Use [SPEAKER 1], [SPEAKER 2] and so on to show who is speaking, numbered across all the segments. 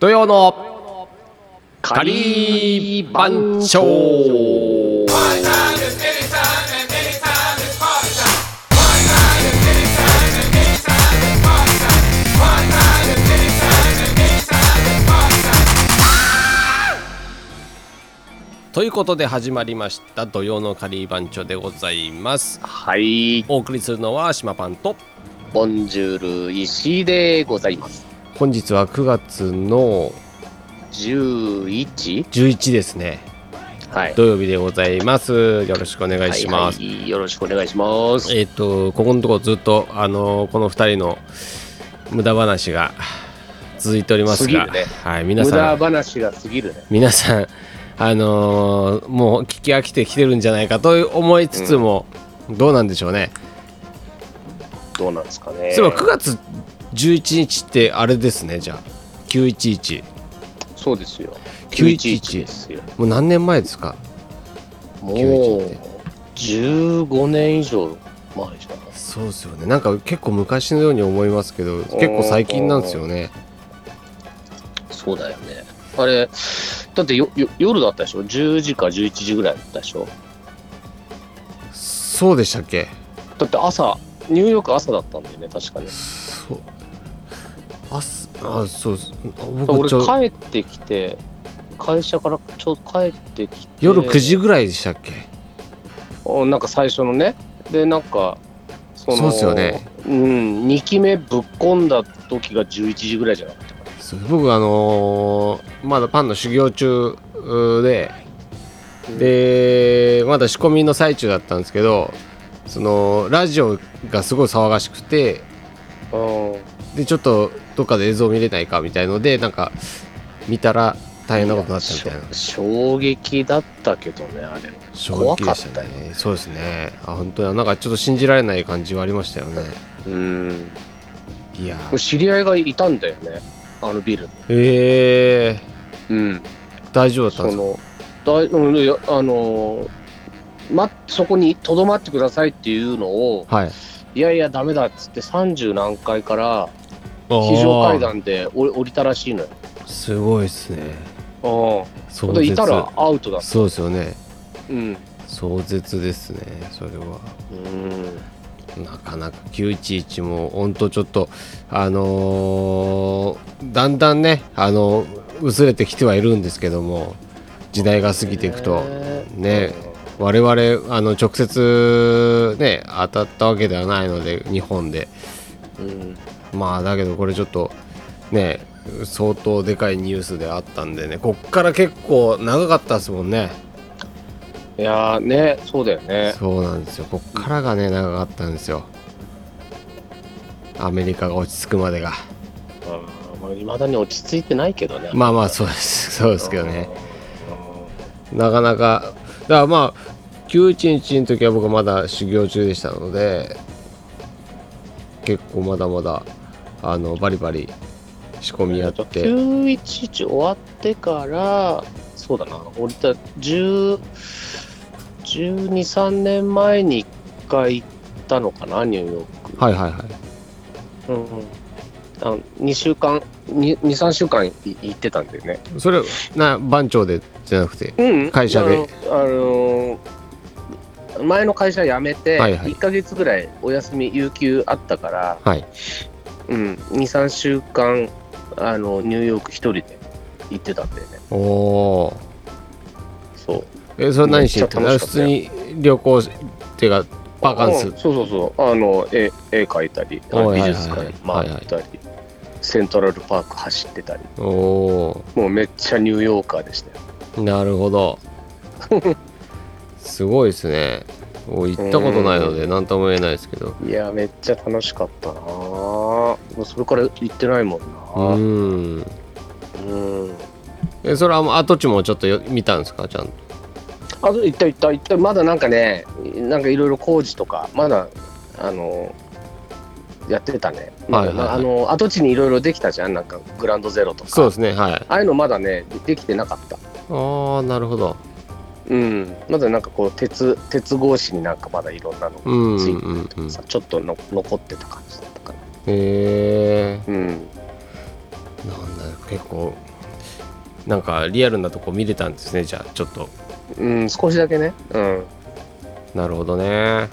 [SPEAKER 1] 土曜のカリー番長ということで始まりました土曜のカリー番長でございます
[SPEAKER 2] はい、
[SPEAKER 1] お送りするのは島パンと
[SPEAKER 2] ボンジュール石井でございます。
[SPEAKER 1] 本日は9月の
[SPEAKER 2] 11?
[SPEAKER 1] 11ですね
[SPEAKER 2] はい。
[SPEAKER 1] 土曜日でございますよろしくお願いします、
[SPEAKER 2] はいはいよろしくお願いします。
[SPEAKER 1] えっ、とここのところずっとあのこの二人の無駄話が続いております
[SPEAKER 2] 過ぎ
[SPEAKER 1] が、
[SPEAKER 2] るね
[SPEAKER 1] はい皆
[SPEAKER 2] 無
[SPEAKER 1] さ
[SPEAKER 2] 駄
[SPEAKER 1] ん
[SPEAKER 2] 話が過ぎるね。
[SPEAKER 1] 皆さんあのーもう聞き飽きてきてるんじゃないかと思いつつも、どうなんでしょうね。
[SPEAKER 2] どうなんですかね。
[SPEAKER 1] そういえば9月11日ってあれですねじゃあ911
[SPEAKER 2] そうですよ。
[SPEAKER 1] 911
[SPEAKER 2] 911ですよ。
[SPEAKER 1] もう何年前ですか
[SPEAKER 2] も
[SPEAKER 1] 911っ
[SPEAKER 2] う
[SPEAKER 1] て、
[SPEAKER 2] 15年以上前じゃない
[SPEAKER 1] そうですよねなんか結構昔のように思いますけど結構最近なんですよね
[SPEAKER 2] そうだよね。あれ、だってよよ夜だったでしょ ?10 時か11時ぐらいだったでしょ
[SPEAKER 1] そうでしたっけ
[SPEAKER 2] だって朝、ニューヨーク朝だったんだよね、確かに。
[SPEAKER 1] そうあすあそうですあ僕
[SPEAKER 2] 俺
[SPEAKER 1] ちょ
[SPEAKER 2] 帰ってきて会社からちょ帰ってきて
[SPEAKER 1] 夜9時ぐらいでしたっけ、
[SPEAKER 2] おなんか最初のねでなんかそ
[SPEAKER 1] そうっすよね
[SPEAKER 2] うん2期目ぶっ込んだ時が11時ぐらいじゃなくて
[SPEAKER 1] そう僕あのーまだパンの修行中うで、でまだ仕込みの最中だったんですけどそのラジオがすごい騒がしくて
[SPEAKER 2] うん
[SPEAKER 1] でちょっとどっかで映像見れないかみたいのでなんか見たら大変なことになったみたいな
[SPEAKER 2] 衝撃だったけどねあれ
[SPEAKER 1] 衝撃でし
[SPEAKER 2] 怖か
[SPEAKER 1] た
[SPEAKER 2] った
[SPEAKER 1] ねそうですねあ本当になんかちょっと信じられない感じはありましたよね
[SPEAKER 2] うん
[SPEAKER 1] いやー
[SPEAKER 2] 知り合いがいたんだよねあのビル
[SPEAKER 1] えー、
[SPEAKER 2] うん
[SPEAKER 1] 大丈夫だったん
[SPEAKER 2] そ
[SPEAKER 1] ですか
[SPEAKER 2] のだいうんいやあのま、そこにとどまってくださいっていうのを
[SPEAKER 1] はい
[SPEAKER 2] いやいやダメだっつって30何階から非常階段で降り降りたらしいのよ。
[SPEAKER 1] すごいですね
[SPEAKER 2] うん
[SPEAKER 1] 壮
[SPEAKER 2] で
[SPEAKER 1] 絶
[SPEAKER 2] いたらアウトだ。
[SPEAKER 1] そうですよね
[SPEAKER 2] うん。
[SPEAKER 1] 壮絶ですねそれは
[SPEAKER 2] うん。
[SPEAKER 1] なかなか911も本当ちょっとあのーだんだんねあの薄れてきてはいるんですけども時代が過ぎていくとね我々あの直接ね当たったわけではないので日本で
[SPEAKER 2] うん。
[SPEAKER 1] まあだけどこれちょっとね相当でかいニュースであったんでねこっから結構長かったですもんね
[SPEAKER 2] いやーね、そうだよね。
[SPEAKER 1] そうなんですよこっからがね長かったんですよアメリカが落ち着くまでが
[SPEAKER 2] いまあ、未だに落ち着いてないけどね。
[SPEAKER 1] まあまあそうです そうですけどねなかなかだからまあ911の時は僕はまだ修行中でしたので結構まだまだあのバリバリ仕込
[SPEAKER 2] うん。
[SPEAKER 1] みや
[SPEAKER 2] や
[SPEAKER 1] っ
[SPEAKER 2] ってと911終わってから、そうだな、降りた10 12、3年前に1回行ったのかな、ニューヨーク。
[SPEAKER 1] はいはいはい
[SPEAKER 2] うんうん、あの2週間23週間い行ってたんだよね、
[SPEAKER 1] それな番長でじゃなくて
[SPEAKER 2] うん
[SPEAKER 1] 会社で
[SPEAKER 2] あの、あのー前の会社辞めて
[SPEAKER 1] はいはい
[SPEAKER 2] 1ヶ月ぐらいお休み有給あったから、
[SPEAKER 1] はい
[SPEAKER 2] うん、23週間あのニューヨーク一人で行ってたんだよね
[SPEAKER 1] おおー
[SPEAKER 2] そう
[SPEAKER 1] えそれ何してたの
[SPEAKER 2] めっち
[SPEAKER 1] 普通
[SPEAKER 2] ゃ楽しかった
[SPEAKER 1] に旅行しっていうかバカンス
[SPEAKER 2] うんそうそうそうあの絵絵描いたりあ
[SPEAKER 1] おい
[SPEAKER 2] 美
[SPEAKER 1] はいはい
[SPEAKER 2] 術館
[SPEAKER 1] はい
[SPEAKER 2] 回
[SPEAKER 1] はい
[SPEAKER 2] ったり、セントラルパーク走ってたり
[SPEAKER 1] おおー
[SPEAKER 2] もうめっちゃニューヨーカーでしたよ
[SPEAKER 1] なるほど すごいですねお行ったことないので何とも言えないですけど
[SPEAKER 2] いやめっちゃ楽しかったなぁもうそれから行ってないもん
[SPEAKER 1] う
[SPEAKER 2] なぁ
[SPEAKER 1] ーん
[SPEAKER 2] うん、
[SPEAKER 1] えそれはもう跡地もちょっとよ見たんですかちゃんと
[SPEAKER 2] あと行った行った行ったまだなんかねなんかいろいろ工事とかまだあのやってたね、
[SPEAKER 1] はいはいはい
[SPEAKER 2] あの跡地にいろいろできたじゃんなんかグランドゼロとか
[SPEAKER 1] そうですねはい
[SPEAKER 2] ああいうのまだねできてなかった
[SPEAKER 1] ああなるほど
[SPEAKER 2] うんまだなんかこう鉄鉄格子になんかまだいろんなのが
[SPEAKER 1] うんう
[SPEAKER 2] つい
[SPEAKER 1] ん
[SPEAKER 2] て
[SPEAKER 1] うんうんへ
[SPEAKER 2] さちょっとの残ってた感じだったかな
[SPEAKER 1] え
[SPEAKER 2] うん
[SPEAKER 1] なんだよ結結構なんかリアルなとこ見れたんですねじゃあちょっと
[SPEAKER 2] うん、少しだけね。うん。
[SPEAKER 1] なるほどね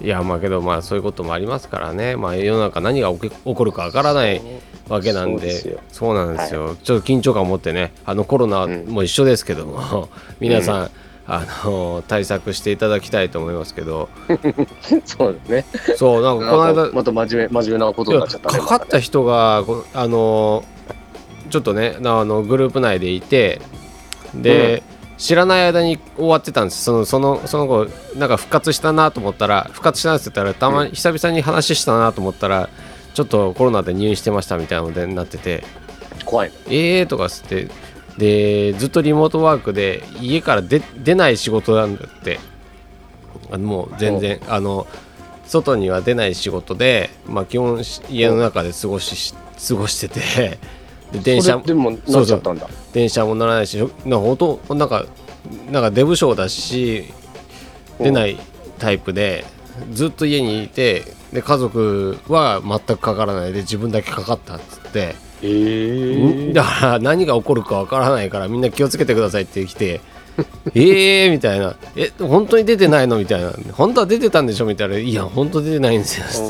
[SPEAKER 1] いやまあけどまあそういうこともありますからねまあ世の中何が起き起こるかわからないわけなんで
[SPEAKER 2] そうですよ
[SPEAKER 1] そうなんですよ、ちょっと緊張感を持ってねあのコロナも一緒ですけども、皆さん、あの対策していただきたいと思いますけど
[SPEAKER 2] そうですね。
[SPEAKER 1] そうなんかこの
[SPEAKER 2] なんか
[SPEAKER 1] 間
[SPEAKER 2] また真面目、真面目なことになっちゃったね。
[SPEAKER 1] かかった人がこあのちょっとねなあのグループ内でいてで、知らない間に終わってたんですそのそのその後なんか復活したなと思ったら復活したんですって言ったらたまに久々に話したなと思ったらちょっとコロナで入院してましたみたいなのでなってて
[SPEAKER 2] 怖いね。
[SPEAKER 1] ええー、とかっつってでずっとリモートワークで家から出出ない仕事なんだってあのもう全然あの外には出ない仕事で、まあ、基本し家の中で過ごし過ごしててで電車
[SPEAKER 2] それでもなっちゃったんだ。
[SPEAKER 1] 電車も乗らないしなんかほとんなんかなんか出不精だし出
[SPEAKER 2] い。
[SPEAKER 1] ないタイプでずっと家にいてで家族は全くかからないで自分だけかかったっつって。
[SPEAKER 2] えー、
[SPEAKER 1] だから何が起こるかわからないからみんな気をつけてくださいって来て えーみたいなえ本当に出てないのみたいな本当は出てたんでしょみたいないや本当出てないんですよ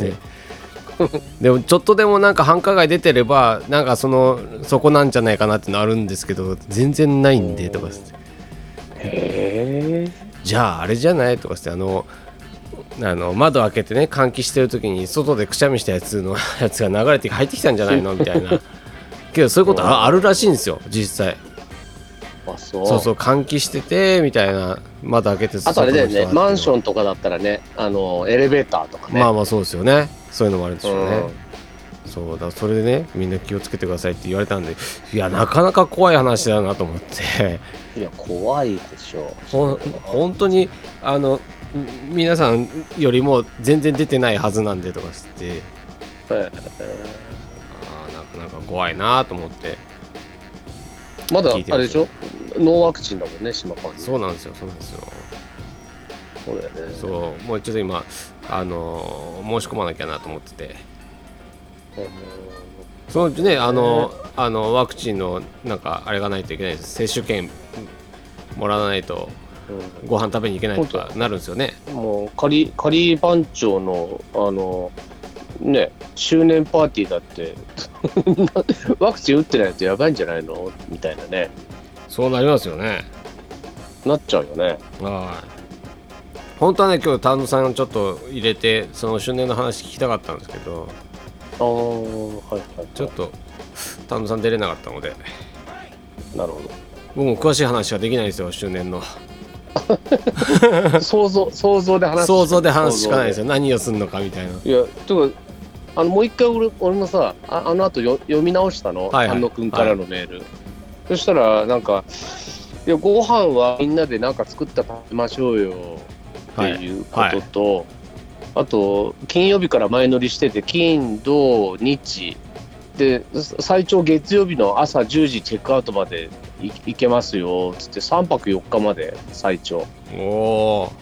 [SPEAKER 1] ってでもちょっとでもなんか繁華街出てればなんかそのそこなんじゃないかなってのあるんですけど全然ないんでとかっつって
[SPEAKER 2] え
[SPEAKER 1] じゃああれじゃないとかっつってあのあの窓開けてね換気してる時に外でくしゃみしたやつのやつが流れて入ってきたんじゃないのみたいなけどそういうことああるらしいんですよ実際。
[SPEAKER 2] ー、あ、そう。
[SPEAKER 1] そうそう換気しててみたいな窓開けて
[SPEAKER 2] あとあれだよね、マンショ
[SPEAKER 1] ン
[SPEAKER 2] ンとかだったらね、あの、エレベーターとかね。
[SPEAKER 1] まあまあそうですよねそういうのもあるでしょうね
[SPEAKER 2] うん、
[SPEAKER 1] そうだそれでねみんな気をつけてくださいって言われたんでいやなかなか怖い話だなと思って
[SPEAKER 2] いや、怖いでしょ。
[SPEAKER 1] ほん本当にあのん皆さんよりも全然出てないはずなんでとかつって
[SPEAKER 2] えー
[SPEAKER 1] あーなかなか怖いなと思って
[SPEAKER 2] まだ、
[SPEAKER 1] 聞いて
[SPEAKER 2] あ
[SPEAKER 1] ま
[SPEAKER 2] れですしょノーワクチンだもんね、島川さん。
[SPEAKER 1] そうなんですよそうなんですよ
[SPEAKER 2] そうだよね。
[SPEAKER 1] そうもうちょっと今あのー申し込まなきゃなと思ってて
[SPEAKER 2] うん
[SPEAKER 1] そのうちね、あの、あのワクチンのなんかあれがないといけないです。接種券もらわないとご飯食べに行けないとかなるんですよね。
[SPEAKER 2] うんもう仮仮番長のあのね周年パーティーだって ワクチン打ってないとやばいんじゃないのみたいなね
[SPEAKER 1] そうなりますよね。
[SPEAKER 2] なっちゃうよね
[SPEAKER 1] はい。本当はね、今日丹野さんをちょっと入れて、その周年の話聞きたかったんですけど、
[SPEAKER 2] ああはいはい
[SPEAKER 1] ちょっと丹野さん出れなかったので、
[SPEAKER 2] なるほ
[SPEAKER 1] 僕も詳しい話はできないですよ、周年の。
[SPEAKER 2] ど想像想像で話す
[SPEAKER 1] 想像で話しかないですよ、
[SPEAKER 2] 想
[SPEAKER 1] 何をするのかみたいな。
[SPEAKER 2] 像でいやちょっとあのもう一回俺俺もさああの後よ読み直したの、
[SPEAKER 1] はいはい
[SPEAKER 2] 安野君からのメール、そしたらなんかいやご飯はみんなでなんか作って食べましょうよ
[SPEAKER 1] は
[SPEAKER 2] って
[SPEAKER 1] い。
[SPEAKER 2] いうことと、あと金曜日から前乗りしてて金土日で最長月曜日の朝10時チェックアウトまでい行けますよっつって3泊4日まで最長
[SPEAKER 1] おお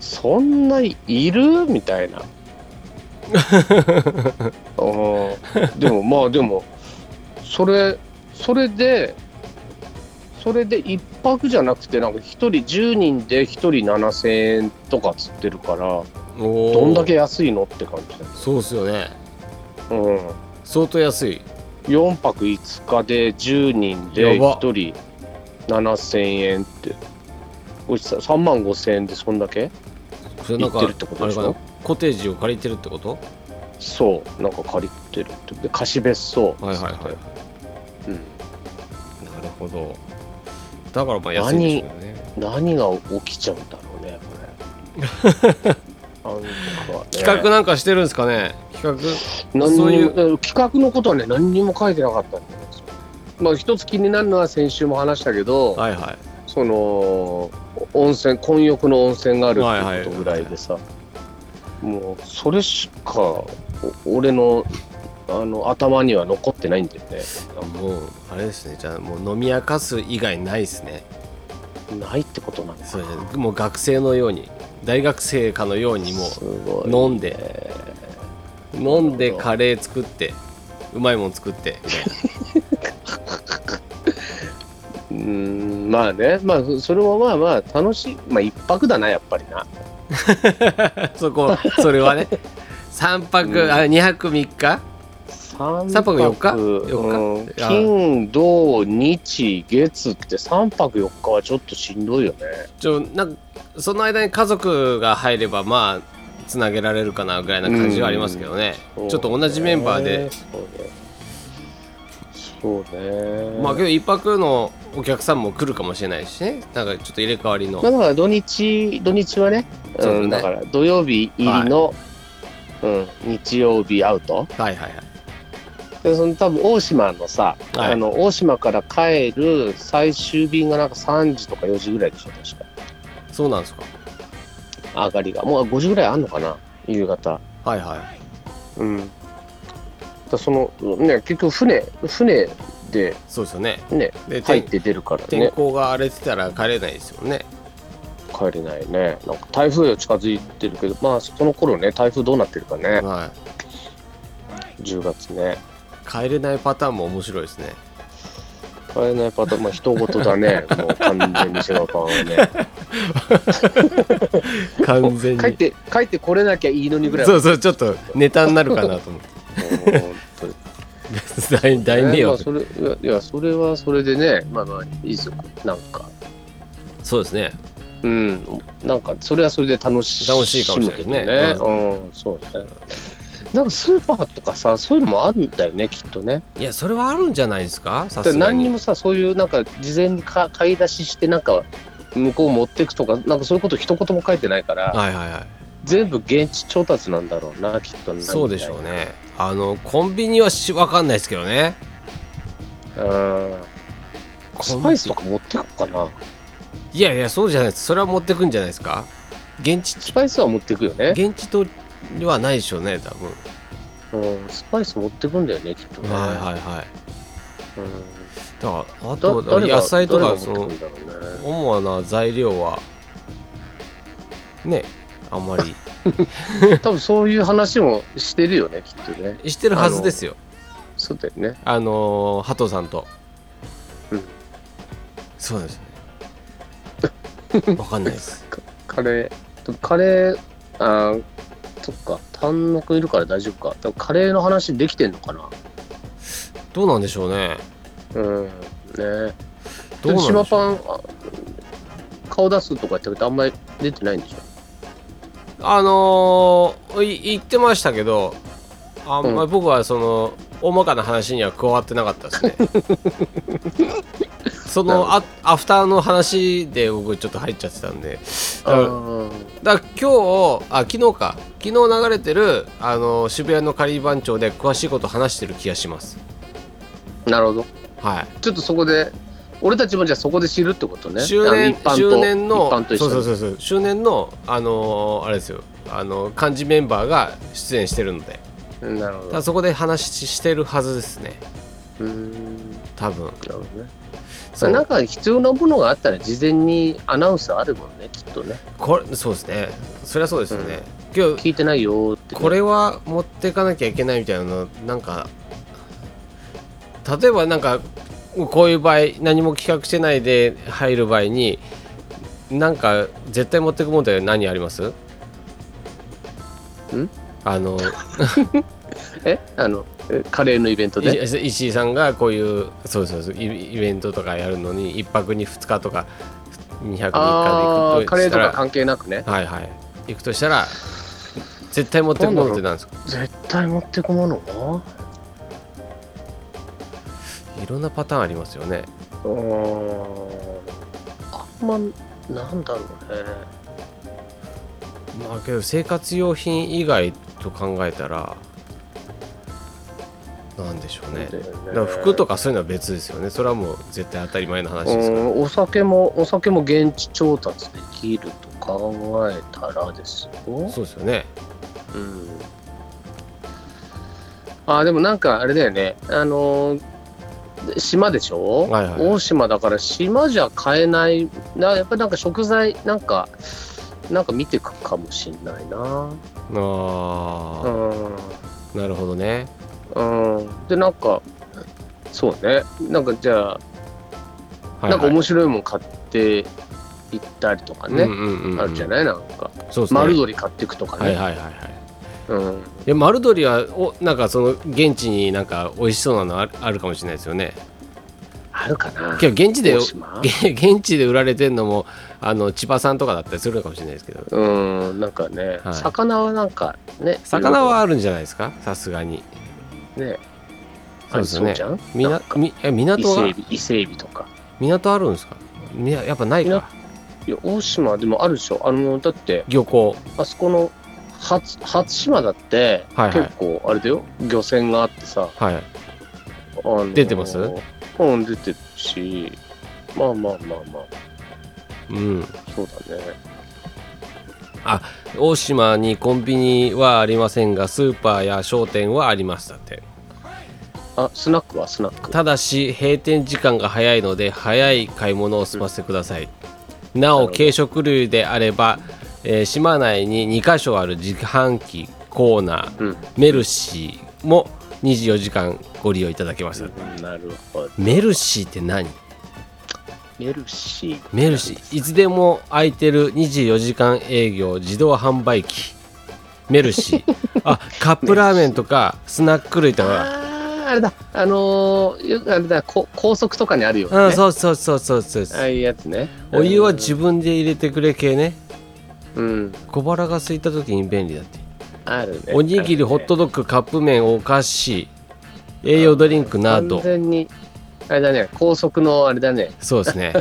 [SPEAKER 2] そんないるみた いなうんでもまあでもそれそれでそれで一泊じゃなくてなんか一人10人で一人7000円とかつってるから
[SPEAKER 1] ー。おー
[SPEAKER 2] どんだけ安いのって感じ
[SPEAKER 1] そうですよね。
[SPEAKER 2] だよ、うん、
[SPEAKER 1] 相当安い。
[SPEAKER 2] 4泊5日で10人で
[SPEAKER 1] やば
[SPEAKER 2] 1人7000円っておじさん3万5000円でそんだけ
[SPEAKER 1] それなんか
[SPEAKER 2] 行ってるってことでしょ
[SPEAKER 1] あれかなコテージを借りてるってこと
[SPEAKER 2] そうなんか借りてるってで貸別荘
[SPEAKER 1] はいはいはい
[SPEAKER 2] うん、
[SPEAKER 1] なるほどだからまあ安いんですよね
[SPEAKER 2] 何が起きちゃうんだろうね これなんかね
[SPEAKER 1] 企画なんかしてるんですかね企画
[SPEAKER 2] 何にも
[SPEAKER 1] そうい
[SPEAKER 2] 企画のことはね何にも書いてなかったんですよまあ一つ気になるのは先週も話したけど、
[SPEAKER 1] はいはい
[SPEAKER 2] その温泉混浴の温泉があるってことぐらいでさ、もうそれしかお俺のあの頭には残ってないんだよね
[SPEAKER 1] もうあれですねじゃあもう飲み明かす以外ないですね
[SPEAKER 2] ないってことなんです
[SPEAKER 1] それでもう学生のように大学生かのようにも
[SPEAKER 2] すご
[SPEAKER 1] う
[SPEAKER 2] い
[SPEAKER 1] 飲んで
[SPEAKER 2] え
[SPEAKER 1] 飲んで
[SPEAKER 2] なるほど
[SPEAKER 1] カレー作ってうまいもん作って
[SPEAKER 2] まあね、まあ、それもまあまあ、楽しい、まあ、一泊だな、やっぱりな。
[SPEAKER 1] そこそれはね3泊、あ2泊3日
[SPEAKER 2] 三
[SPEAKER 1] 三泊四日
[SPEAKER 2] うん
[SPEAKER 1] 四日
[SPEAKER 2] 金、土、日、月って3泊4日はちょっとしんどいよね。
[SPEAKER 1] ちょなんかその間に家族が入ればまあつなげられるかなぐらいな感じはありますけどね、
[SPEAKER 2] そうね
[SPEAKER 1] ちょっと同じメンバーで、。
[SPEAKER 2] そうね。そうね
[SPEAKER 1] まあけど一泊のお客さんも来るかもしれないしねなんかちょっと入れ替わりの、
[SPEAKER 2] まあ、だから土日、土日はね、う
[SPEAKER 1] そうだね
[SPEAKER 2] ん、だから土曜日入りの、うん、日曜日アウト。
[SPEAKER 1] はいはいはい
[SPEAKER 2] で、その多分大島のさ、
[SPEAKER 1] はい
[SPEAKER 2] あの大島から帰る最終便がなんか3時とか4時ぐらいでしょ、確
[SPEAKER 1] そうなんですか
[SPEAKER 2] か。上がりが。もう5時ぐらいあんのかな、夕方。
[SPEAKER 1] はいはい
[SPEAKER 2] うん。だその、ね、結局船、船で
[SPEAKER 1] そうですよね
[SPEAKER 2] ね、
[SPEAKER 1] で
[SPEAKER 2] 入
[SPEAKER 1] 天
[SPEAKER 2] って出るから
[SPEAKER 1] 天
[SPEAKER 2] ね、
[SPEAKER 1] 候が荒れてたら帰れないですよね
[SPEAKER 2] 帰れないね。なんか台風が近づいてるけど、まあそこの頃ね、台風どうなってるかね、
[SPEAKER 1] はい
[SPEAKER 2] 10月ね。
[SPEAKER 1] 帰れないパターンも面白いですね
[SPEAKER 2] 帰れないパターン、まあ人事 だね、もう完全にセガパンはね。
[SPEAKER 1] 完全に
[SPEAKER 2] 帰って、帰ってこれなきゃいいのにぐらい
[SPEAKER 1] そ
[SPEAKER 2] は。
[SPEAKER 1] うそうちょっとネタになるかなと思って
[SPEAKER 2] もう本当に
[SPEAKER 1] 大大迷
[SPEAKER 2] ねまあ
[SPEAKER 1] 惑、
[SPEAKER 2] それいやいや、それはそれでね、まあまあいいですよ、なんか。
[SPEAKER 1] そうですね
[SPEAKER 2] うん、なんかそれはそれで楽し
[SPEAKER 1] 楽しいかもしれないね
[SPEAKER 2] むけどね。うん、そうね。なんかスーパーとかさ、そういうのもあるんだよね、きっとね。
[SPEAKER 1] いやそれはあるんじゃないですかさ
[SPEAKER 2] だから
[SPEAKER 1] すが
[SPEAKER 2] 何に
[SPEAKER 1] に
[SPEAKER 2] もさ、そういうなんか事前にか買い出しして、なんか向こう持ってくとか、なんかそういうこと一言も書いてないから、
[SPEAKER 1] はいはいはい
[SPEAKER 2] 全部現地調達なんだろうな、きっとね
[SPEAKER 1] そうでしょう。ねあのコンビニはしわかんないですけどね
[SPEAKER 2] うん。スパイスとか持ってくかな。
[SPEAKER 1] いやいやそうじゃないですそれは持ってくんじゃないですか現地
[SPEAKER 2] スパイスは持ってくよね。
[SPEAKER 1] 現地とではないでしょうね多分
[SPEAKER 2] うん、スパイス持ってくんだよね、きっとね。
[SPEAKER 1] はいはいはい
[SPEAKER 2] うん
[SPEAKER 1] だからあ
[SPEAKER 2] だ
[SPEAKER 1] と
[SPEAKER 2] 誰が
[SPEAKER 1] 野菜とか
[SPEAKER 2] 誰
[SPEAKER 1] そ
[SPEAKER 2] が持っ
[SPEAKER 1] の
[SPEAKER 2] てくんだろうね
[SPEAKER 1] 主な材料はねあんま り
[SPEAKER 2] 多分そういう話もしてるよねきっとね
[SPEAKER 1] してるはずですよ
[SPEAKER 2] そうだよね
[SPEAKER 1] あのー、鳩さんと、
[SPEAKER 2] うん
[SPEAKER 1] そうなんですねわかんないです
[SPEAKER 2] カレーカレーあーそっか単独いるから大丈夫かでもカレーの話できてんのかな
[SPEAKER 1] どうなんでしょうね
[SPEAKER 2] うんね
[SPEAKER 1] どう
[SPEAKER 2] で
[SPEAKER 1] なんでしょ
[SPEAKER 2] 島
[SPEAKER 1] う
[SPEAKER 2] パンあ顔出すとか言ったけどあんまり出てないんでしょ
[SPEAKER 1] あのー、い言ってましたけどあんま
[SPEAKER 2] う
[SPEAKER 1] り僕はその大まかな話には加わってなかった ですねそのあアフターの話で僕ちょっと入っちゃってたんでだか
[SPEAKER 2] あ
[SPEAKER 1] ら
[SPEAKER 2] ー
[SPEAKER 1] だから今日あ昨日か昨日流れてるあの渋谷の仮番長で詳しいこと話してる気がします
[SPEAKER 2] なるほど
[SPEAKER 1] はい
[SPEAKER 2] ちょっとそこで俺たちもじゃあそこで知るってことね
[SPEAKER 1] 周
[SPEAKER 2] あの
[SPEAKER 1] 年
[SPEAKER 2] 一般と
[SPEAKER 1] 周年の
[SPEAKER 2] 一般と一緒
[SPEAKER 1] そう
[SPEAKER 2] に
[SPEAKER 1] そうそうそう周年のあのーあれですよあの漢字メンバーが出演してるので
[SPEAKER 2] うんなるほ
[SPEAKER 1] だ
[SPEAKER 2] ど
[SPEAKER 1] からそこで話ししてるはずですね
[SPEAKER 2] うーんな
[SPEAKER 1] 多分
[SPEAKER 2] るほどね
[SPEAKER 1] そう
[SPEAKER 2] なんか必要なものがあったら事前にアナウンスあるもんねきっとね
[SPEAKER 1] これそうですねそりゃそうですよね、今日
[SPEAKER 2] 聞いてないよーってね、
[SPEAKER 1] これは持っていかなきゃいけないみたいなのなんか例えばなんかこういう場合何も企画してないで入る場合になんか絶対持ってくもんって何ありますんあの
[SPEAKER 2] えあのえカレーのイベントで
[SPEAKER 1] い石井さんがこういうそうそうそうイイベントとかやるのに1泊に2日とか2 0 0日で
[SPEAKER 2] あ
[SPEAKER 1] 行
[SPEAKER 2] あ
[SPEAKER 1] くと
[SPEAKER 2] カレ
[SPEAKER 1] した
[SPEAKER 2] ーとから関係なくね
[SPEAKER 1] はいはい行くとしたら絶対持ってくものってなんですか
[SPEAKER 2] 絶対持ってこものない
[SPEAKER 1] ろんなパターンありますよね
[SPEAKER 2] うーんあんまなんだろうね
[SPEAKER 1] まあけど生活用品以外と考えたらなんでしょうね
[SPEAKER 2] そうだよね
[SPEAKER 1] だから服とかそういうのは別ですよねそれはもう絶対当たり前の話
[SPEAKER 2] う
[SPEAKER 1] ですから
[SPEAKER 2] んお酒もお酒も現地調達できると考えたらですよ
[SPEAKER 1] そうですよね
[SPEAKER 2] うんあーでもなんかあれだよねあのーで島でしょ、
[SPEAKER 1] はいはい
[SPEAKER 2] 大島だから島じゃ買えないなやっぱりなんか食材なんかなんか見てくかもしんないな
[SPEAKER 1] あ
[SPEAKER 2] うん
[SPEAKER 1] あなるほどね
[SPEAKER 2] うんでなんかそうねなんかじゃあ
[SPEAKER 1] はい
[SPEAKER 2] なんか面白いもん買っていったりとかね、
[SPEAKER 1] うんうんうんうん
[SPEAKER 2] あるじゃないなんか、
[SPEAKER 1] そうですね
[SPEAKER 2] 丸鶏買っていくとかね、
[SPEAKER 1] はいはいはいはい
[SPEAKER 2] うん、
[SPEAKER 1] いや丸鶏はおなんかその現地になんか美味しそうなのあるあるかもしれないですよね。
[SPEAKER 2] あるかな
[SPEAKER 1] けど現地で
[SPEAKER 2] 大
[SPEAKER 1] 現
[SPEAKER 2] 島
[SPEAKER 1] 現地で売られてるのもあの千葉さんとかだったりするのかもしれないですけど
[SPEAKER 2] うんなんかね、
[SPEAKER 1] はい
[SPEAKER 2] 魚はなんかね
[SPEAKER 1] 魚はあるんじゃないですかさすがに。
[SPEAKER 2] ね
[SPEAKER 1] そうですよね
[SPEAKER 2] ありじゃん
[SPEAKER 1] み
[SPEAKER 2] な
[SPEAKER 1] なん
[SPEAKER 2] か
[SPEAKER 1] みえ
[SPEAKER 2] 伊
[SPEAKER 1] 港
[SPEAKER 2] 勢エ
[SPEAKER 1] は
[SPEAKER 2] ビ伊勢エビとか
[SPEAKER 1] 港あるんですかみやっぱないか
[SPEAKER 2] いや大島でもあるでしょあのだって
[SPEAKER 1] 漁港
[SPEAKER 2] あそこの初初島だって、
[SPEAKER 1] はいはい
[SPEAKER 2] 結構あれだよ漁船があってさ、
[SPEAKER 1] はい
[SPEAKER 2] あのー
[SPEAKER 1] 出てます
[SPEAKER 2] うん出てるしまあまあまあまあ
[SPEAKER 1] うん
[SPEAKER 2] そうだね
[SPEAKER 1] 大島にコンビニはありませんがスーパーや商店はありますだって
[SPEAKER 2] あスナックはスナック
[SPEAKER 1] ただし閉店時間が早いので早い買い物を済ませてください、なお軽食類であれば、えー島内に2箇所ある自販機コーナー
[SPEAKER 2] うん
[SPEAKER 1] メルシーも24時間ご利用いただけます、
[SPEAKER 2] なるほど
[SPEAKER 1] メルシーって何
[SPEAKER 2] メルシー
[SPEAKER 1] メルシーいつでも空いてる24時間営業自動販売機メルシ ーあカップラーメンとかスナック類とか
[SPEAKER 2] あーあれだあのー、よくあれだこ高速とかにあるよね
[SPEAKER 1] うんそうそうそうそうそうです
[SPEAKER 2] ああいうやつね
[SPEAKER 1] お湯は自分で入れてくれ系ね
[SPEAKER 2] うん
[SPEAKER 1] 小腹が空いた時に便利だって
[SPEAKER 2] あるね
[SPEAKER 1] おにぎりホットドッグカップ麺お菓子栄養ドリンクな
[SPEAKER 2] 完
[SPEAKER 1] ど
[SPEAKER 2] 全にあれだね高速のあれだね
[SPEAKER 1] そうですね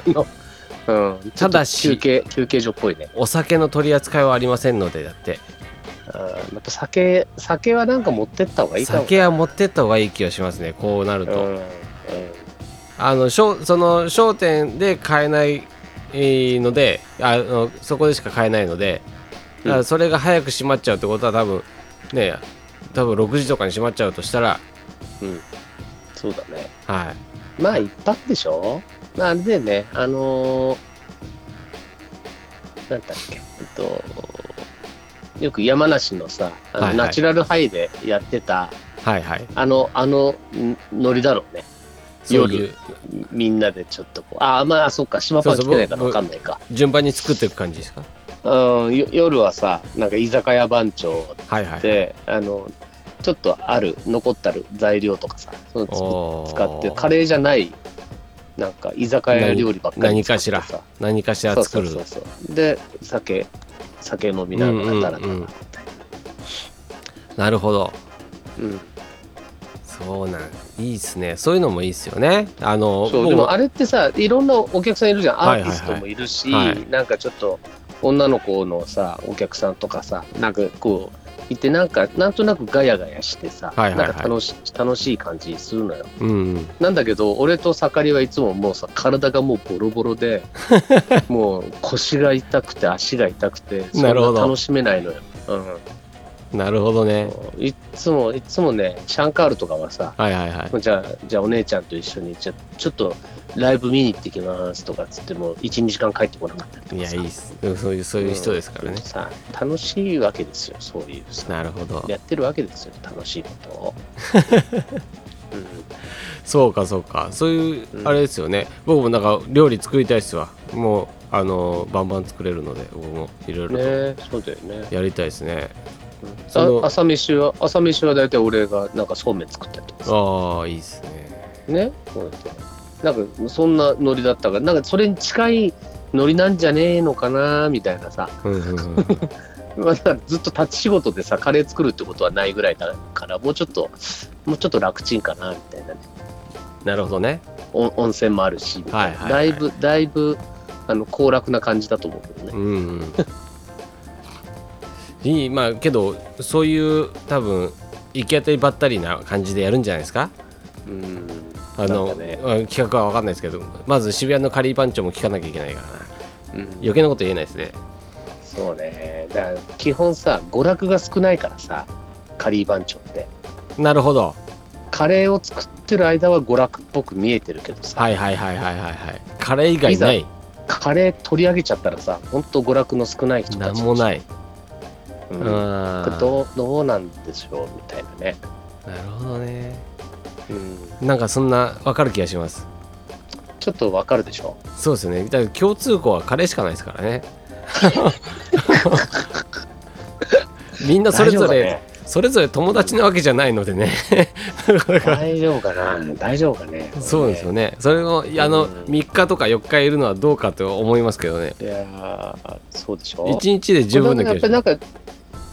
[SPEAKER 2] うん
[SPEAKER 1] ただし
[SPEAKER 2] ちょっと休憩休憩所っぽいね
[SPEAKER 1] お酒の取り扱いはありませんのでだって
[SPEAKER 2] あーやっぱ酒酒はなんか持ってった方がいいかも
[SPEAKER 1] 酒は持ってった方がいい気がしますねこうなる
[SPEAKER 2] う
[SPEAKER 1] と、
[SPEAKER 2] んうん
[SPEAKER 1] あのしょその商店で買えないえーのであのそこでしか買えないので、だから
[SPEAKER 2] うん
[SPEAKER 1] それが早く閉まっちゃうってことは多分ね多分6時とかに閉まっちゃうとしたら
[SPEAKER 2] そうだね
[SPEAKER 1] はい
[SPEAKER 2] まあ一泊でしょまああれだよねあのー、なんだっけえっとよく山梨のさあの
[SPEAKER 1] はいはい
[SPEAKER 2] ナチュラルハイでやってた、
[SPEAKER 1] はいはい
[SPEAKER 2] あのあのんノリだろうね
[SPEAKER 1] そういう
[SPEAKER 2] みみんなでちょっとこうああまあそうか島パン来てない
[SPEAKER 1] そ
[SPEAKER 2] から
[SPEAKER 1] うそう
[SPEAKER 2] 分かんないか
[SPEAKER 1] 順番に作っていく感じですか
[SPEAKER 2] うんよ夜はさなんか居酒屋番長
[SPEAKER 1] はいはい
[SPEAKER 2] であのちょっとある残ったる材料とかさその作っ
[SPEAKER 1] おー
[SPEAKER 2] 使ってカレーじゃないなんか居酒屋料理ばっか
[SPEAKER 1] 何
[SPEAKER 2] り作
[SPEAKER 1] か
[SPEAKER 2] っ
[SPEAKER 1] し
[SPEAKER 2] てさ
[SPEAKER 1] ら何かしら作る
[SPEAKER 2] そうそうそうそうで酒酒飲みながらだらだら
[SPEAKER 1] うんうんうんなるほど
[SPEAKER 2] うん
[SPEAKER 1] そうなんいいっすねそういうのもいいっすよねあの
[SPEAKER 2] そうで
[SPEAKER 1] 僕
[SPEAKER 2] もあれってさいろんなお客さんいるじゃん
[SPEAKER 1] は
[SPEAKER 2] ア
[SPEAKER 1] い
[SPEAKER 2] ー
[SPEAKER 1] は
[SPEAKER 2] テ
[SPEAKER 1] い
[SPEAKER 2] ィ
[SPEAKER 1] はい
[SPEAKER 2] ストもいるし、
[SPEAKER 1] はい
[SPEAKER 2] なんかちょっと女の子のさお客さんとかさなんかこういてなんかなんとなくガヤガヤしてさ、
[SPEAKER 1] はいはいはい
[SPEAKER 2] なんか楽し楽しい感じするのよ
[SPEAKER 1] うんうん
[SPEAKER 2] なんだけど俺と盛りはいつももうさ体がもうボロボロ でもう腰が痛くて足が痛くてそん
[SPEAKER 1] なるほど
[SPEAKER 2] 楽しめないのよ、うん、
[SPEAKER 1] なるほどね
[SPEAKER 2] いっつもいっつもねシャンカールとかはさ
[SPEAKER 1] はいはいはい
[SPEAKER 2] じゃあじゃあお姉ちゃんと一緒にじゃあちょっとライブ見に行ってきますとかっつっても12時間帰ってこなかったりと
[SPEAKER 1] い
[SPEAKER 2] か
[SPEAKER 1] や
[SPEAKER 2] さ
[SPEAKER 1] いいっすでもそういうそういう人ですから
[SPEAKER 2] うん
[SPEAKER 1] ね
[SPEAKER 2] さ楽しいわけですよそういうさ
[SPEAKER 1] なるほど
[SPEAKER 2] やってるわけですよ楽しいこと を、うん
[SPEAKER 1] そうかそうかそういう
[SPEAKER 2] うん
[SPEAKER 1] あれですよね、僕もなんか料理作りたいっすわもうあのバンバン作れるので僕もいろいろと
[SPEAKER 2] ねそうだよね
[SPEAKER 1] やりたいですねその
[SPEAKER 2] あ朝飯は朝飯は大体俺がなんかそうめん作ったりとかさ
[SPEAKER 1] ああいいっすね
[SPEAKER 2] ねこうやってなんかそんなノリだったからなんかそれに近いノリなんじゃねえのかなみたいなさ、
[SPEAKER 1] うんうんうんうん
[SPEAKER 2] まあ、だからずっと立ち仕事でさカレー作るってことはないぐらいだからもうちょっともうちょっと楽ちんかなみたいなね
[SPEAKER 1] なるほどね
[SPEAKER 2] お温泉もあるしみたいな、
[SPEAKER 1] はいはいはい
[SPEAKER 2] だいぶだいぶあの行楽な感じだと思うけどね、
[SPEAKER 1] うんうんいいまあけどそういう多分行き当たりばったりな感じでやるんじゃないですか
[SPEAKER 2] うん
[SPEAKER 1] あ
[SPEAKER 2] な
[SPEAKER 1] の、
[SPEAKER 2] んかね
[SPEAKER 1] うん企画は分かんないですけどまず渋谷のカリー番長も聞かなきゃいけないからな
[SPEAKER 2] うん
[SPEAKER 1] 余計なこと言えないですね
[SPEAKER 2] そうねだから基本さ娯楽が少ないからさカリー番長って
[SPEAKER 1] なるほど
[SPEAKER 2] カレーを作ってる間は娯楽っぽく見えてるけどさ、
[SPEAKER 1] はいはいはいはいはいはいカレー以外ない
[SPEAKER 2] カレー取り上げちゃったらさ本当娯楽の少ない人た
[SPEAKER 1] なん
[SPEAKER 2] ち
[SPEAKER 1] もない
[SPEAKER 2] うん
[SPEAKER 1] うん
[SPEAKER 2] どうどうなんでしょうみたいなね、
[SPEAKER 1] なるほどね
[SPEAKER 2] うん
[SPEAKER 1] なんかそんなわかる気がします
[SPEAKER 2] ちょっとわかるでしょ
[SPEAKER 1] そうですねだから共通項は彼しかないですから ねみんなそれぞれ、それぞれ友達なわけじゃないのでね
[SPEAKER 2] 大丈夫 かね大丈夫かな大丈夫かね
[SPEAKER 1] そうですよねそれをいやあの
[SPEAKER 2] うん
[SPEAKER 1] 3日とか4日いるのはどうかと思いますけどね
[SPEAKER 2] いやーそうでしょ
[SPEAKER 1] 1日で十分な
[SPEAKER 2] やっ
[SPEAKER 1] 気
[SPEAKER 2] ぱり
[SPEAKER 1] がし
[SPEAKER 2] なんか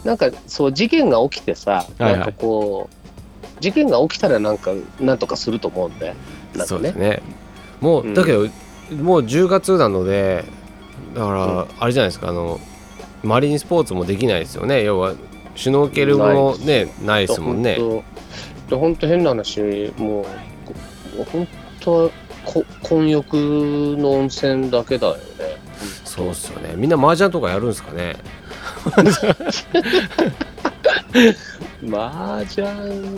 [SPEAKER 2] なんかそう事件が起きてさ、
[SPEAKER 1] はいはい
[SPEAKER 2] なんかこう事件が起きたらなんかなんとかすると思うんでなん
[SPEAKER 1] そ
[SPEAKER 2] か
[SPEAKER 1] うで
[SPEAKER 2] ね
[SPEAKER 1] すねもう
[SPEAKER 2] う
[SPEAKER 1] んだけど、もう10月なのでだからあれじゃないですかあのマリンスポーツもできないですよね要はシュノーケルもねないですもんね
[SPEAKER 2] 本当本当変な話もう本当こ混浴の温泉だけだよね
[SPEAKER 1] そうっすよねみんな麻雀とかやるんですかね
[SPEAKER 2] 麻雀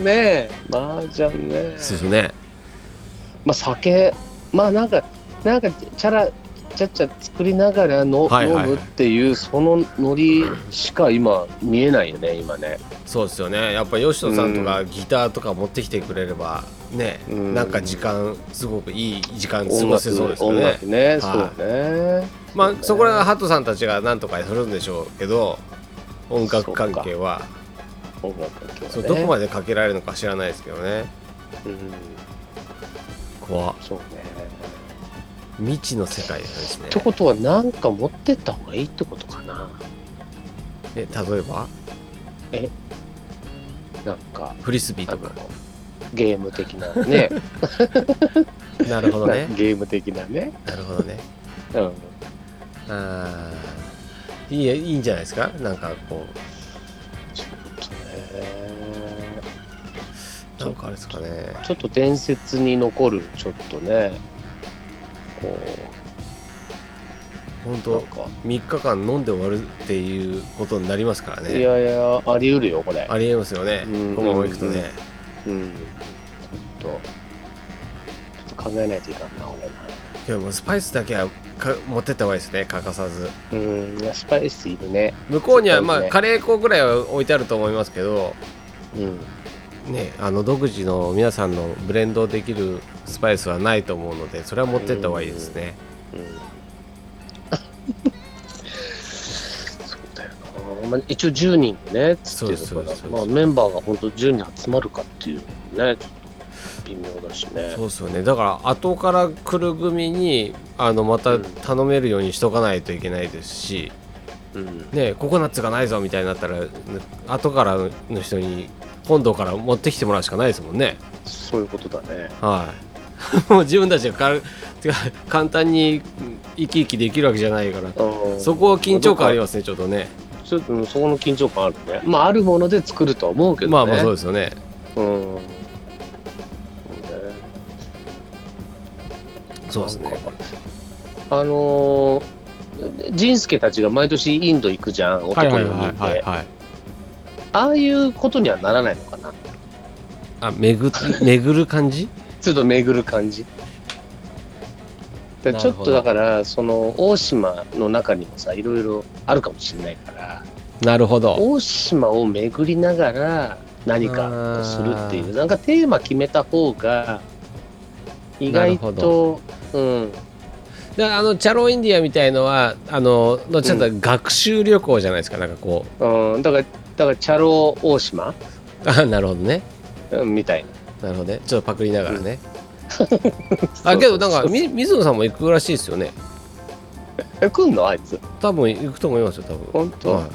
[SPEAKER 2] ね麻雀ね
[SPEAKER 1] そうですね
[SPEAKER 2] まあ酒まあなんかなんかチャラちゃっちゃ作りながらの、
[SPEAKER 1] はいはいはい
[SPEAKER 2] 飲むっていうそのノリしか今見えないよね今ね
[SPEAKER 1] そうですよねやっぱ吉野さんとかギターとか持ってきてくれればね、
[SPEAKER 2] うん
[SPEAKER 1] なんか時間すごくいい時間過
[SPEAKER 2] 音
[SPEAKER 1] ごせ
[SPEAKER 2] 楽
[SPEAKER 1] そうですよ
[SPEAKER 2] 音
[SPEAKER 1] ね
[SPEAKER 2] 楽ね、
[SPEAKER 1] は
[SPEAKER 2] そうね
[SPEAKER 1] まあそこら辺はハトさんたちがなんとかするんでしょうけど音楽関係は
[SPEAKER 2] 音楽だけはね
[SPEAKER 1] そう、どこまでかけられるのか知らないですけどね
[SPEAKER 2] うん
[SPEAKER 1] 怖っ
[SPEAKER 2] そうね
[SPEAKER 1] 未知の世界ですね
[SPEAKER 2] ってことはなんか持ってった方がいいってことかな
[SPEAKER 1] え例えば
[SPEAKER 2] なんか
[SPEAKER 1] フリスビー
[SPEAKER 2] あ
[SPEAKER 1] と
[SPEAKER 2] の
[SPEAKER 1] か
[SPEAKER 2] ゲーム的な ね
[SPEAKER 1] なるほどね
[SPEAKER 2] ゲーム的なね、
[SPEAKER 1] なるほどね
[SPEAKER 2] うん、
[SPEAKER 1] あーいいいいんじゃないですかなんかこ
[SPEAKER 2] え
[SPEAKER 1] うなんかあれですかね
[SPEAKER 2] ーちょっと伝説に残るちょっとねこ
[SPEAKER 1] 本
[SPEAKER 2] うな
[SPEAKER 1] 当
[SPEAKER 2] んか、
[SPEAKER 1] 3日間飲んで終わるっていうことになりますからね
[SPEAKER 2] いやいやあり得るよこれ
[SPEAKER 1] ありえますよね、
[SPEAKER 2] うん
[SPEAKER 1] このままいくとね、
[SPEAKER 2] うんちょっとちょっと考えないといかんな俺は
[SPEAKER 1] でもスパイスだけはか持ってった方がいいですね欠かさず
[SPEAKER 2] うんいやスパイスいるね
[SPEAKER 1] 向こうには
[SPEAKER 2] そうです
[SPEAKER 1] ま
[SPEAKER 2] ね
[SPEAKER 1] あカレー粉ぐらいは置いてあると思いますけど
[SPEAKER 2] うん
[SPEAKER 1] ねあの独自の皆さんのブレンドできるスパイスはないと思うのでそれは持ってった方がいいですね
[SPEAKER 2] うんそうだよなまあ、一応10人でねつってる
[SPEAKER 1] そう
[SPEAKER 2] か
[SPEAKER 1] ですそうですそ
[SPEAKER 2] ら
[SPEAKER 1] うです
[SPEAKER 2] まあ、メンバーが本当10人集まるかっていうのもねちょっと微妙だしね
[SPEAKER 1] そうですよねだから後から来る組にあのまた頼めるようにしとかないといけないですし、
[SPEAKER 2] うん
[SPEAKER 1] ねココナッツがないぞみたいになったらね後からの人に本土から持ってきてもらうしかないですもんね
[SPEAKER 2] そういうことだね
[SPEAKER 1] はい、も う自分たちがかてか簡単に生き生きできるわけじゃないからそこは緊張感あり
[SPEAKER 2] ま
[SPEAKER 1] ますねちょっとね
[SPEAKER 2] すちょっとうんそこの緊張感あるねまああるもので作るとは思うけどね
[SPEAKER 1] まあまあそうですよね
[SPEAKER 2] うんそうね
[SPEAKER 1] そうですね
[SPEAKER 2] あのー、仁助たちが毎年インド行くじゃん、男4人で。
[SPEAKER 1] はい
[SPEAKER 2] ああいうことにはならないのかな。
[SPEAKER 1] あ巡巡る感じ
[SPEAKER 2] ちょっと巡る感じ。で
[SPEAKER 1] な
[SPEAKER 2] ちょ
[SPEAKER 1] る
[SPEAKER 2] っ
[SPEAKER 1] ほど
[SPEAKER 2] とだから、その大島の中にもさ、いろいろあるかもしれないから、
[SPEAKER 1] なるほど
[SPEAKER 2] 大島を巡りながら何かをするっていう、なんかテーマ決めた方が、意外
[SPEAKER 1] なる
[SPEAKER 2] と、うん、
[SPEAKER 1] だからあのチャロインディアみたいのはあのどっちかというと学習旅行じゃないですかなんかこ
[SPEAKER 2] うん、だから、だから、チャロ大島、
[SPEAKER 1] う あなるほどね
[SPEAKER 2] うん、みたいな。
[SPEAKER 1] なるほどねちょっとパクりながらね、あけどなんかみ水野さんも行くらしいですよね
[SPEAKER 2] え、来んのあいつ。
[SPEAKER 1] 多分行くと思いますよ多分
[SPEAKER 2] 本当
[SPEAKER 1] はい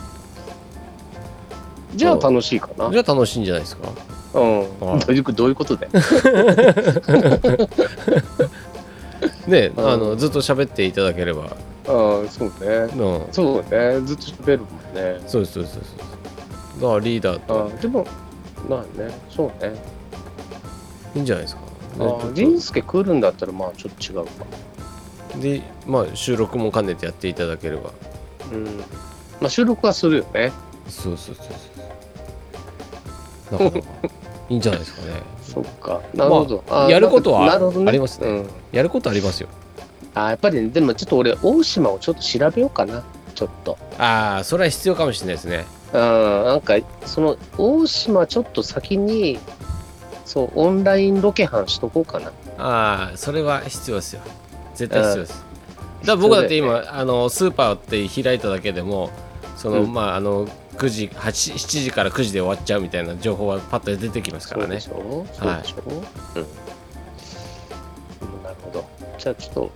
[SPEAKER 2] じゃあ楽しいかな。
[SPEAKER 1] じゃあ楽しいんじゃないですか
[SPEAKER 2] うん、
[SPEAKER 1] はい
[SPEAKER 2] どういうどういうこ とで
[SPEAKER 1] ね
[SPEAKER 2] うん
[SPEAKER 1] あのずっと喋っていただければ、
[SPEAKER 2] うんそうね
[SPEAKER 1] うん、
[SPEAKER 2] そうねずっと喋るもんね
[SPEAKER 1] そうですそうですそうですだからリーダー
[SPEAKER 2] あ
[SPEAKER 1] と
[SPEAKER 2] でもまあねそうね
[SPEAKER 1] いいんじゃないですか、ねち
[SPEAKER 2] あ
[SPEAKER 1] ょっと
[SPEAKER 2] 仁助来るんだったらまあちょっと違うか
[SPEAKER 1] でまあ収録も兼ねてやっていただければ
[SPEAKER 2] うんまあ収録はするよね
[SPEAKER 1] そうそうそうそうなかなかいいんじゃないです かね
[SPEAKER 2] そっかなるほど、
[SPEAKER 1] まあ
[SPEAKER 2] ー
[SPEAKER 1] やることは
[SPEAKER 2] なるほど
[SPEAKER 1] ありますね
[SPEAKER 2] うん、
[SPEAKER 1] やることありますよ
[SPEAKER 2] あやっぱりねでもちょっと俺大島をちょっと調べようかなちょっと
[SPEAKER 1] ああそれは必要かもしれないですね
[SPEAKER 2] うんなんかその大島ちょっと先にそうオンラインロケハンしとこうかな
[SPEAKER 1] ああそれは必要ですよ絶対必要です、だから僕だって今あのスーパーって開いただけでもその、
[SPEAKER 2] うん
[SPEAKER 1] まああの9時8 7時から9時で終わっちゃうみたいな情報はパッと出てきますか
[SPEAKER 2] そ
[SPEAKER 1] ら
[SPEAKER 2] うで
[SPEAKER 1] ね
[SPEAKER 2] しょそうでしょ、うん。なるほど。じゃあちょっと、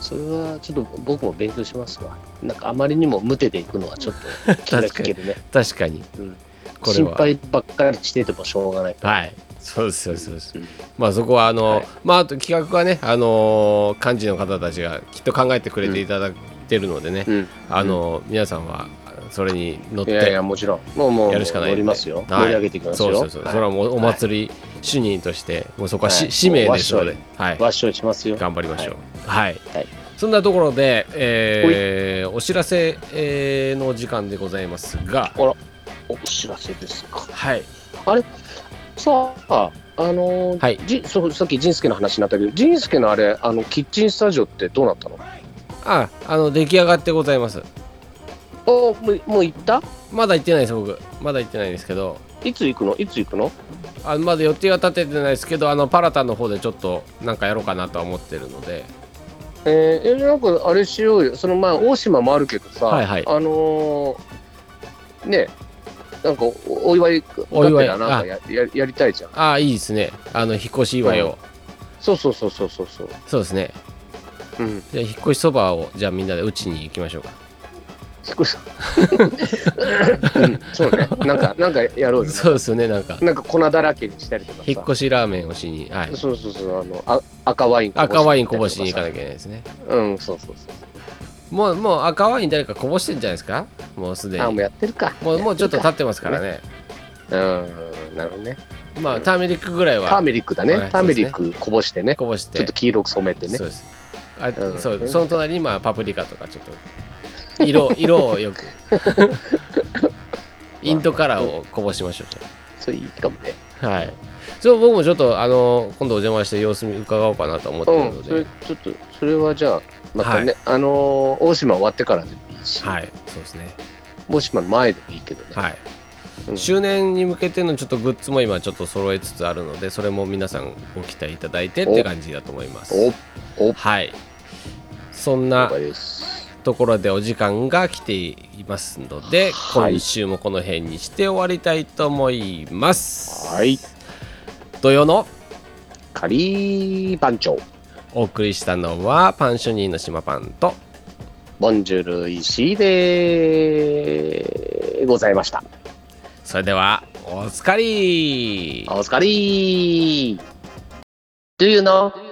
[SPEAKER 2] それはちょっと僕も勉強しますわ。なんかあまりにも無手でいくのはちょっ と気が引けるね。
[SPEAKER 1] 確かに
[SPEAKER 2] うん
[SPEAKER 1] これ
[SPEAKER 2] 心
[SPEAKER 1] は
[SPEAKER 2] 配ばっかりしててもしょうがないから。
[SPEAKER 1] はいそうですそうですそうです
[SPEAKER 2] うん
[SPEAKER 1] まあそこはあの、
[SPEAKER 2] はい
[SPEAKER 1] まああと企画はねあのー幹事の方たちがきっと考えてくれていただいてるのでね、
[SPEAKER 2] うん
[SPEAKER 1] あのー皆さんはそれに乗っ
[SPEAKER 2] い
[SPEAKER 1] て
[SPEAKER 2] やいや、もちろん。もうもう、
[SPEAKER 1] やるしかないん
[SPEAKER 2] 乗
[SPEAKER 1] で
[SPEAKER 2] りますよ。
[SPEAKER 1] はい
[SPEAKER 2] 盛り上げていきますよ。
[SPEAKER 1] そうそうそう、それはもうお祭り主任としてもうそこはし、
[SPEAKER 2] はい
[SPEAKER 1] 使命ですので
[SPEAKER 2] も、
[SPEAKER 1] はい、
[SPEAKER 2] わっしょいしますよ。
[SPEAKER 1] 頑張りましょうはい、
[SPEAKER 2] はい
[SPEAKER 1] そんなところで、えーお知らせ、えーの時間でございますが
[SPEAKER 2] あら、お知らせですか。
[SPEAKER 1] はい
[SPEAKER 2] さあ、あのー
[SPEAKER 1] はい
[SPEAKER 2] じそうさっき仁助の話になったけど、仁助のあれ、あのキッチンスタジオってどうなったのあ
[SPEAKER 1] ああの出来上がってございます
[SPEAKER 2] もうもう行った
[SPEAKER 1] まだ行ってないです僕まだ行ってないですけど
[SPEAKER 2] いつ行くのいつ行くの
[SPEAKER 1] あまだ予定は立ててないですけどあのパラタの方でちょっとなんかやろうかなとは思ってるので
[SPEAKER 2] えーえ、なんかあれしようよ、その前、大島もあるけどさ、
[SPEAKER 1] はいはい
[SPEAKER 2] あのーねなんかおお祝い
[SPEAKER 1] お祝い
[SPEAKER 2] がてらなんかやややりたいじゃん。
[SPEAKER 1] ああいいですねあの引っ越し祝いを、
[SPEAKER 2] そうそうそうそうそうそう。
[SPEAKER 1] そうですね
[SPEAKER 2] うん、
[SPEAKER 1] じゃあ引っ越しそばをじゃあみんなで打ちに行きましょうか
[SPEAKER 2] 引っ越しうんそうね、なんか、なんかやろうよ。
[SPEAKER 1] そうですよねなんか
[SPEAKER 2] なんか粉だらけにしたりとかさ。
[SPEAKER 1] 引っ越しラーメンをしにはい
[SPEAKER 2] そうそうそう、あの、あ赤ワインこぼし
[SPEAKER 1] 赤ワインこぼしに行かなきゃ
[SPEAKER 2] き
[SPEAKER 1] いけないですね
[SPEAKER 2] ゃ。うん、そうそうそう。
[SPEAKER 1] もうもう赤ワイン誰かこぼしてんじゃないですかもうすで
[SPEAKER 2] あ、
[SPEAKER 1] に
[SPEAKER 2] もうやってるか。
[SPEAKER 1] もうもうちょっと
[SPEAKER 2] や
[SPEAKER 1] 経
[SPEAKER 2] っ
[SPEAKER 1] ってますからね
[SPEAKER 2] てるかうん、なるほどね。
[SPEAKER 1] まあターメリックぐらい
[SPEAKER 2] ター
[SPEAKER 1] は
[SPEAKER 2] メリックだ
[SPEAKER 1] はい
[SPEAKER 2] ね。ターメリックこぼしてね。
[SPEAKER 1] こぼして
[SPEAKER 2] ちょっと黄色く染めてね
[SPEAKER 1] そ。うですあ、
[SPEAKER 2] うん
[SPEAKER 1] そうその隣にまあパプリカとかちょっと 色色をよくインドカラーをこぼしましょう
[SPEAKER 2] それいいかもね。
[SPEAKER 1] じゃあはいそう僕もちょっとあの今度お邪魔して様子見伺おうかなと思ってる
[SPEAKER 2] う
[SPEAKER 1] の
[SPEAKER 2] ん、
[SPEAKER 1] で、
[SPEAKER 2] それちょっと、それはじゃあ、またね、あのー、大島終わってからでもいいし、
[SPEAKER 1] はいそうですね
[SPEAKER 2] 大島の前でもいいけどね。
[SPEAKER 1] はい
[SPEAKER 2] うん
[SPEAKER 1] 周年に向けてのちょっとグッズも今ちょっと揃えつつあるのでそれも皆さんご期待いただいてって感じだと思います
[SPEAKER 2] お、お、
[SPEAKER 1] はいそん
[SPEAKER 2] 了
[SPEAKER 1] な
[SPEAKER 2] 解です。
[SPEAKER 1] ところでお時間が来ていますので、
[SPEAKER 2] はい
[SPEAKER 1] 今週もこの辺にして終わりたいと思います
[SPEAKER 2] はい。
[SPEAKER 1] 土曜の
[SPEAKER 2] カリー番長、
[SPEAKER 1] お送りしたのはパンショニーの島パンと
[SPEAKER 2] ボンジュール石井でございました。
[SPEAKER 1] それではおつかり
[SPEAKER 2] お疲れ !Do you know?